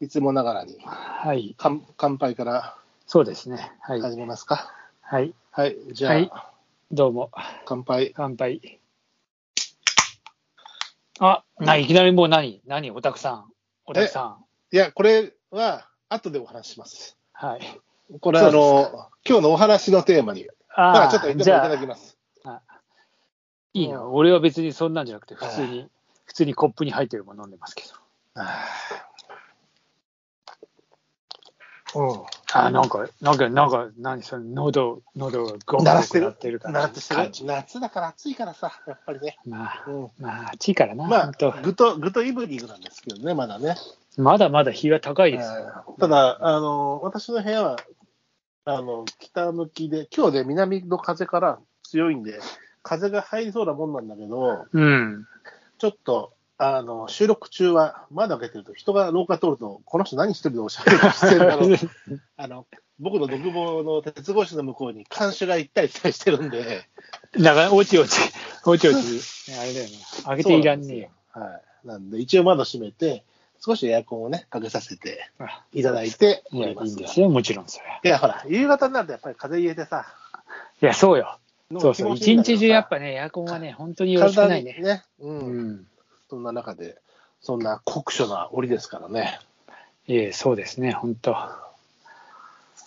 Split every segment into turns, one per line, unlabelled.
いつもながらに、
はい。
乾乾杯から
そうですね。はい。
始めますか。
はい。
はい、じゃあ、
はいどうも。
乾杯。
乾杯。あ、な、いきなりもう何何オタクさん。オタクさん。
いや、これは、後でお話しします。
はい。
これ、あの、今日のお話のテーマに、まあ、ちょっとい
ーじ
た
ゃ
だ
あ
き、ます。
いいな。俺は別にそんなんじゃなくて、普通に、普通にコップに入ってるもの飲んでますけど。
うん。
あ、なんか、なんか、なんか、何それ、喉、喉がゴクゴク
鳴らしてる
鳴ってる感じ。
なってしてる
感じ
夏だから暑いからさ、やっぱりね。
まあ、
うん、
まあ、暑いからな。
ま
ほんと
あ、ぐと、ぐとイブニングなんですけどね、まだね。
まだまだ日は高いですよ。
えーただ、あの、私の部屋は、あの、北向きで、今日で南の風から強いんで、風が入りそうなもんなんだけど、
うん。
ちょっと、あの、収録中は窓開けてると人が廊下通ると、この人何一人でおしゃべりしてるんだ ろう。あの、僕の独房の鉄格子の向こうに看守が行ったり来たりしてるんで、
だから、おちおち、おちおち、ねあれだよね。開けていらんねえよ。
はい。なんで、一応窓閉めて、少しエアコンをね、かけさせて
あ
いただいて
い
お
や、い
りま
いん
す。
ですよ、もちろんそれは。
いや、ほら、夕方になるとやっぱり風邪入れてさ、
いや、そうよ。そうそう。
気持
一
ちいいんだけどさ
日中やっぱね、エアコンはね、本当によろしく
体
ない
に
ね。
ね、う、
うんん。
そんな中で、そんな酷暑な折ですからね。
いえ、そうですね、本当。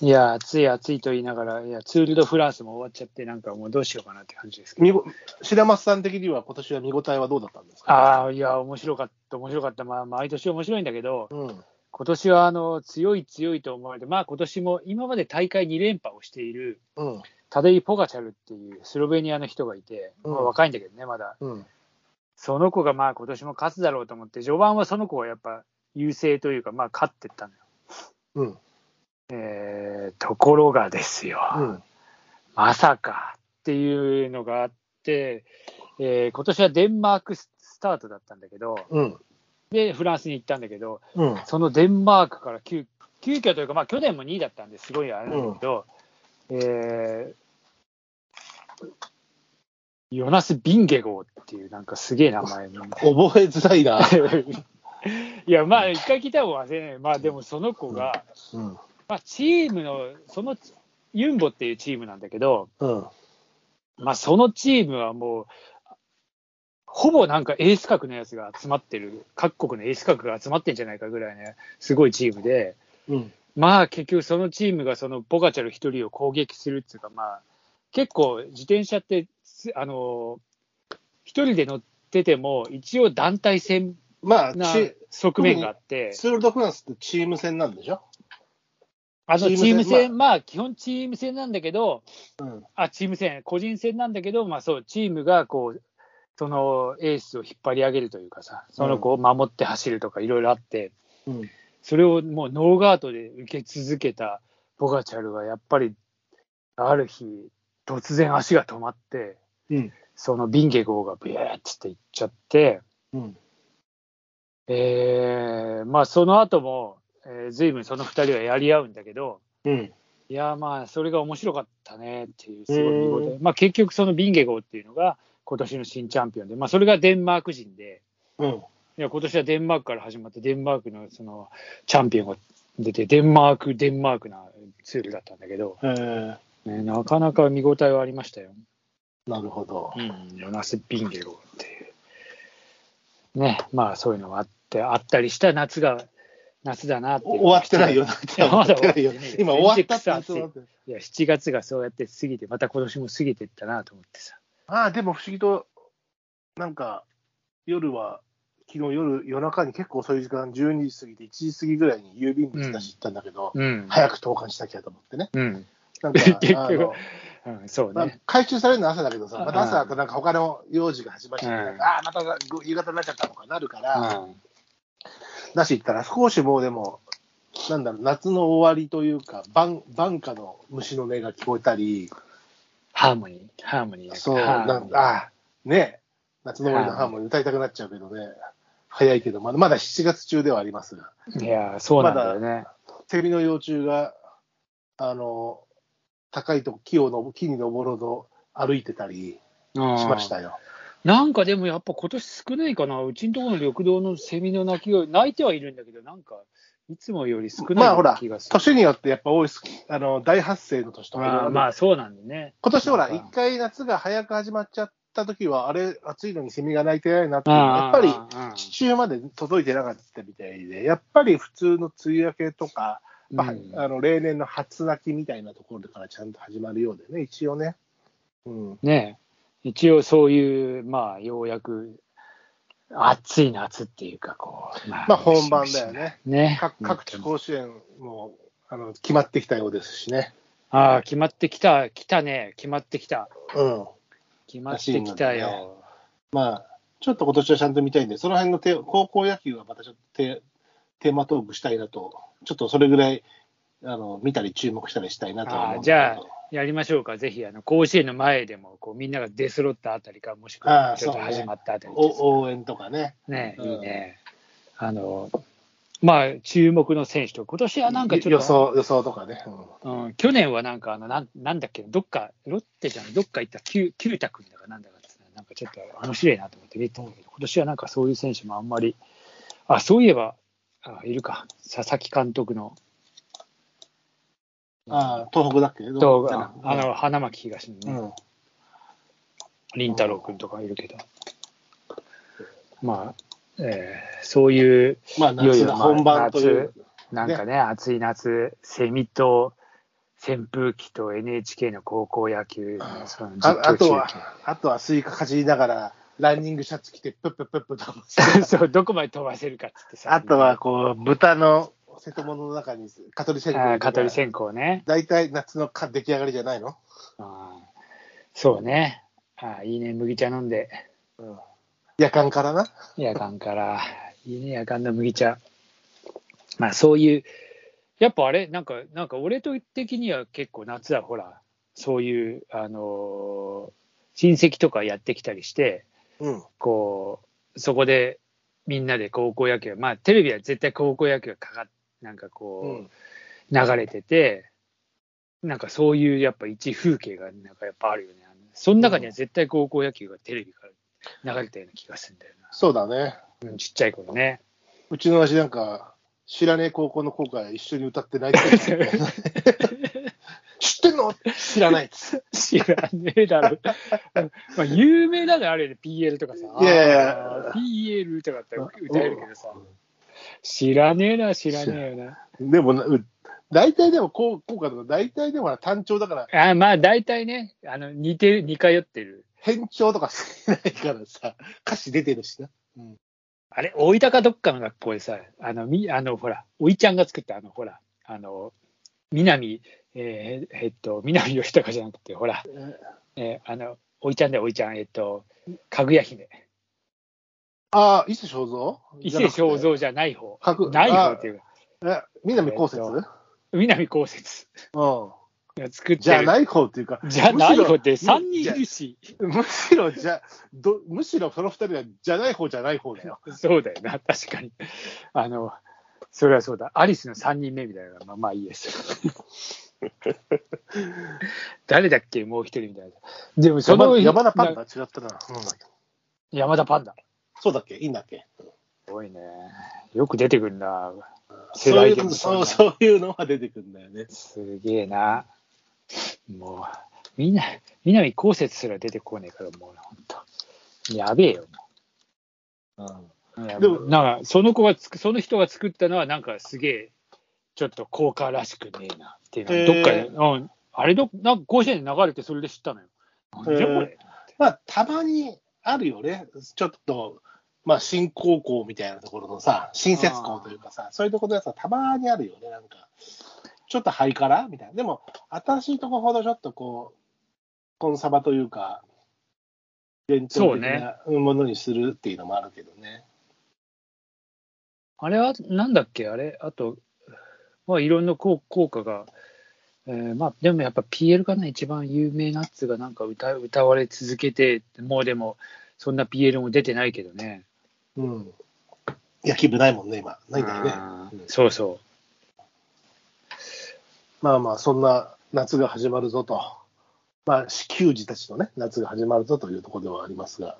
いや、暑い暑いと言いながら、いや、ツール・ド・フランスも終わっちゃって、なんかもうどうしようかなって感じですけど。
見ご白松さん的には今年は見応えはどうだったんですか
ああ、いや、面白かった、面白かった。まあ、毎年面白いんだけど、
うん。
今年はあの強い強いと思われて、まあ今年も今まで大会2連覇をしている
うん。
タデイ・ポガチャルっていうスロベニアの人がいて、
うん
まあ若いんだけどね、まだ。
うん。
その子がまあ今年も勝つだろうと思って、序盤はその子はやっぱ優勢というか、まあ勝ってったのよ。
うん。
えーところがですよ、
うん。
まさかっていうのがあって、えー今年はデンマークスタートだったんだけど、
うん。
で、フランスに行ったんだけど、
うん。
そのデンマークから急急遽というか、まあ、去年も2位だったんですごいあれなんだけど、えーヨナス・ビンゲゴーっていう、なんかすげえ名前の。
覚えづらいな。
いや、まあ、一回聞いた方が忘れない、まあ、でもその子が、
うん。
まあ、チームの、そのユンボっていうチームなんだけど、
うん。
まあ、そのチームはもう、ほぼなんかエース格のやつが集まってる、各国のエース格が集まってんじゃないかぐらいね、すごいチームで。
うん。
まあ結局そのチームがそのポガチャル一人を攻撃するっていうかまあ結構自転車ってすあの一人で乗ってても一応団体戦
まあ、
な
チ
側面があって
ツール・ド・フランスってチーム戦なんでしょ
あのチ
チー
ー
ム
ム
戦
戦まあ基本チーム戦なんだけど
うん。
あチーム戦個人戦なんだけどまあそうチームがこうそのエースを引っ張り上げるというかさその子を守って走るとかいろいろあって、
うん。
それをもうノーガードで受け続けたボガチャルがやっぱりある日突然足が止まって
うん。
そのビンゲゴーがビューッつって行っちゃって、
うん。
えーまあその後も、えー、随分その2人はやり合うんだけど
うん。
いやーまあそれが面白かったねっていうすごい見応え
う
まあ結局そのビンゲゴーっていうのが今年の新チャンピオンでまあそれがデンマーク人で。
うん。
いや今年はデンマークから始まってデンマークのそのチャンピオンが出てデンマークデンマークなツールだったんだけど、
えー、
ね、なかなか見応えはありましたよ、
なるほど。
うん、ヨナス・ビンゲロっていうねまあそういうのがあってあったりした夏が夏だなっていう
お終わってないよ。だって
やまだ終わってない
今終わったって言ってもらって
いや7月がそうやって過ぎてまた今年も過ぎてったなと思ってさ
ああ、でも不思議と、なんか、夜は、昨日夜、夜中に結構遅い時間、12時過ぎて、1時過ぎぐらいに郵便物出し行ったんだけど、
うん、
早く投函しなきゃと思ってね。
うん
なんか、
結局
あの
うん、そう
まあ
ね、、
回収されるのは朝だけどさ、
うん
また朝だとなんか他の用事が始まっちゃって、
うん
ああ、またご夕方になっちゃったのかなるから、
うん
出し行ったら少しもうでも、なんだろう、夏の終わりというか、晩晩夏の虫の音が聞こえたり、
ハーモニーハーモニーだから
そう、
ハーモニー
なんか、あーねえ、夏の終わりのハーモニー歌いたくなっちゃうけどね、早いけど、まだまだ7月中ではありますが、
いやそうなんだよね、
セミの幼虫が、あの、高いとこ木をのぼ木に登ろうと歩いてたり
うん
しましたよ。
なんかでもやっぱ今年少ないかな、うちのところの緑道のセミの鳴き声、泣いてはいるんだけど、なんかいつもより少ない
まあほら、
気がする。
年によってやっぱ多いすあの大発生の年と
ま
か、
あ、まあ、そうなんでね。
今年ほら、
なんか
一回夏が早く始まっちゃった時は、あれ、暑いのにセミが鳴いてないなっていうのは、やっぱり
ぱ
地中まで届いてなかったみたいで、やっぱり普通の梅雨明けとか、まあ
うん
あの例年の初泣きみたいなところからちゃんと始まるようでね、一応ね。うん、
ねえ一応そういう、まあ、ようやく暑い夏っていうか、こう、ま
まあ本番だよね。
ね。
各各地甲子園もあの決まってきたようですしね。
ああ、決まってきた、来たね、決まってきた、
うん、
決まってき
ら
た
しいの
よ。
まあ、ちょっと今年はちゃんと見たいんで、その辺のテー高校野球はまたちょっとテテーマトークしたいなと、ちょっとそれぐらいあの見たり注目したりしたいなとは思
あ
う
あ
ん
じゃ
だ
あ
けど。、
やりましょうか、ぜひ、あの甲子園の前でもこう、みんなが出揃ったあたりか、もしく
あ
は
あ
ちょっ
そ
と
うね
始まったあたりです
お応援とかね。
ね
うん
いいね。あの、まあ、注目の選手と、今年はなんかちょっと、
予想予想とかね。うん
うん、去年はなんかあのなん、なんだっけ、どっか、ロッテじゃん、どっか行った、キュキュータ君だかなんだかっていうのはなんかちょっと面白いなと思って見てたんだけど、今年はなんかそういう選手もあんまり、あ、そういえば、あいるか、佐々木監督の、
ああ東北だっけど
動
うだ
画
っ、た
あの、
か
花巻東のね、
なうん
凛太郎君とかいるけど、まあ、えーそういう、
まあ、
いよい
夏
よ
が本番という。
なんかね、暑い夏、セミと、扇風機と NHK の高校野球のその実況
ああとは
中継、
あとはスイカかじりながら、ランニングシャツ着て、プップップップと。
そう、どこまで飛ばせるかっつってさ。
あとは、こう、豚の瀬戸物の中に、カトリシェン
あ
コ。
ー、蚊取り線香ね。
大体夏のか出来上がりじゃないの、
あーそうね。あーいいね、麦茶飲んで。
うん、夜間からな。
夜間から。いいね、夜間の麦茶。まあ、そういう、やっぱあれ、なんか、なんか俺と的には結構夏はほら、そういう、あのー親戚とかやってきたりして、
うん。
こう、そこでみんなで高校野球、まあ、テレビは絶対高校野球がかかっなんかこう、
うん。
流れてて、なんかそういうやっぱ一風景がなんかやっぱあるよね。あのその中には絶対高校野球がテレビから流れたような気がするんだよ
そうだね。
な。うんちっちゃい頃ね。
うちの味なんか、知らねえ高校の校歌一緒に歌って泣いてたよ知ってんの知らないっつって
知らねえだろ。 まあ有名なのあるよね、PL とかさ。
いやいや
あー PL とかだったら歌えるけどさ。知らねえな、知らねえよな。
でもな、う大体でも校校歌とか、大体でもほら単調だから、
あーまあ大体ね、あの似てる、似通ってる。
変調とかしてないからさ、歌詞出てるしな。
あれ、大分かどっかの学校でさ、あの、み、あの、ほら、おいちゃんが作った、あの、ほら、あの、南、えーえっと、南義高じゃなくて、ほら、えーあの、おいちゃんだよ、おいちゃん、えっと、かぐや姫。
ああ、伊勢正蔵
伊勢正。
じゃ
蔵じゃない方。
かく
ない方っていうか、
なくてえ南こうせつ
えー
うん。
南こうせつ作ってる。。
じゃないい方っていうか、
じゃない方って
むしろ
3人いるし、
むしろじゃど、むしろその二人はじゃない方じゃない方だよ。
そうだよな、確かに。あの、それはそうだ。アリスの3人目みたいなのが、まあ、まあいいです。誰だっけもう一人みたいな。でもその
山山田パン
な
ダ違ったな。うん
山田パンダ。
そうだっけいいんだっけ
すごいね。よく出てくるな。
そ
世
うい
代
う
でも
の
そん
そ
な
うそういうのが出てくるんだよね。
すげえな。もう、みんな、南こうせつすら出てこねえから、もう、ほんと。やべえよ。
で
で
も
も、なんか、その子がつく、その人が作ったのは、なんかすげえ、ちょっと効果らしくねえなっていうの
へ
は、
え
どっかで、うん、あれど、なんか甲子園で流れてそれで知ったのよ。なんじゃこれ。
まあ、たまにあるよね。ちょっと、まあ、新高校みたいなところのさ、新設校というかさ、そういうところのやつはたまにあるよね、なんか。ちょっとハイカラみたいな。でも、新しいとこほどちょっとこう、コンサバというか、伝統的なものにするっていうのもあるけどね。
あれは、なんだっけ、あれ、あと、まあ、いろんな効効果が、えーまあ、でもやっぱ PL かな、一番有名なっつうが、なんか歌歌われ続けて、もうでも、そんな PL も出てないけどね。
うん。野球部ないもんね、今。ないんだよね。
あー
うん
そうそう。
まあまあ、そんな夏が始まるぞと。まあ、始球児たちのね、夏が始まるぞというところではありますが。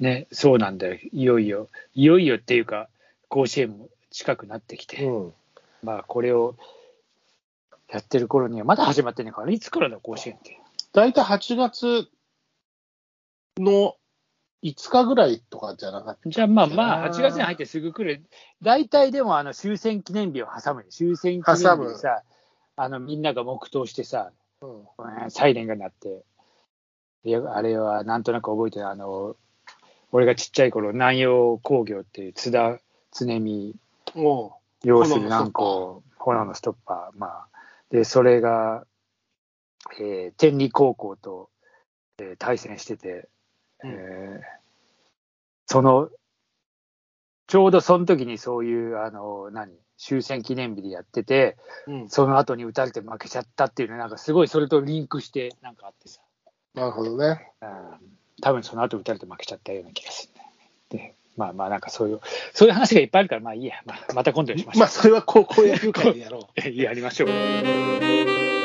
ね、そうなんだよ。いよいよ。いよいよっていうか、甲子園も近くなってきて、
うん。
まあこれをやってる頃にはまだ始まってないからいつからだ甲子園って
大体8月の5日ぐらいとかじゃなかった。
じゃあまあ
あ
ま
ー
あ8月に入ってすぐ来る大体でもあの終戦記念日を挟むよ終戦記念日でさあのみんなが黙祷してさ
うん。
うんサイレンが鳴って、いやあれはなんとなく覚えてる、あの、俺がちっちゃい頃、南洋工業っていう津田常美
おう
要する南光、炎のストッパー、まあ、で、それが、えー天理高校と、えー対戦してて、
うん
えーその、ちょうどその時にそういう、あの、何、終戦記念日でやってて、
うん。
その後に打たれて負けちゃったっていうのなんかすごいそれとリンクしてなんかあってさ、
なるほどね。
うん、多分その後打たれて負けちゃったような気がするんだよね。で、まあまあなんかそういう、そういう話がいっぱいあるから、ま あいいや、まあ、また今度にしましょう。
まあ、それは高校野球界でやろう。
やりましょう。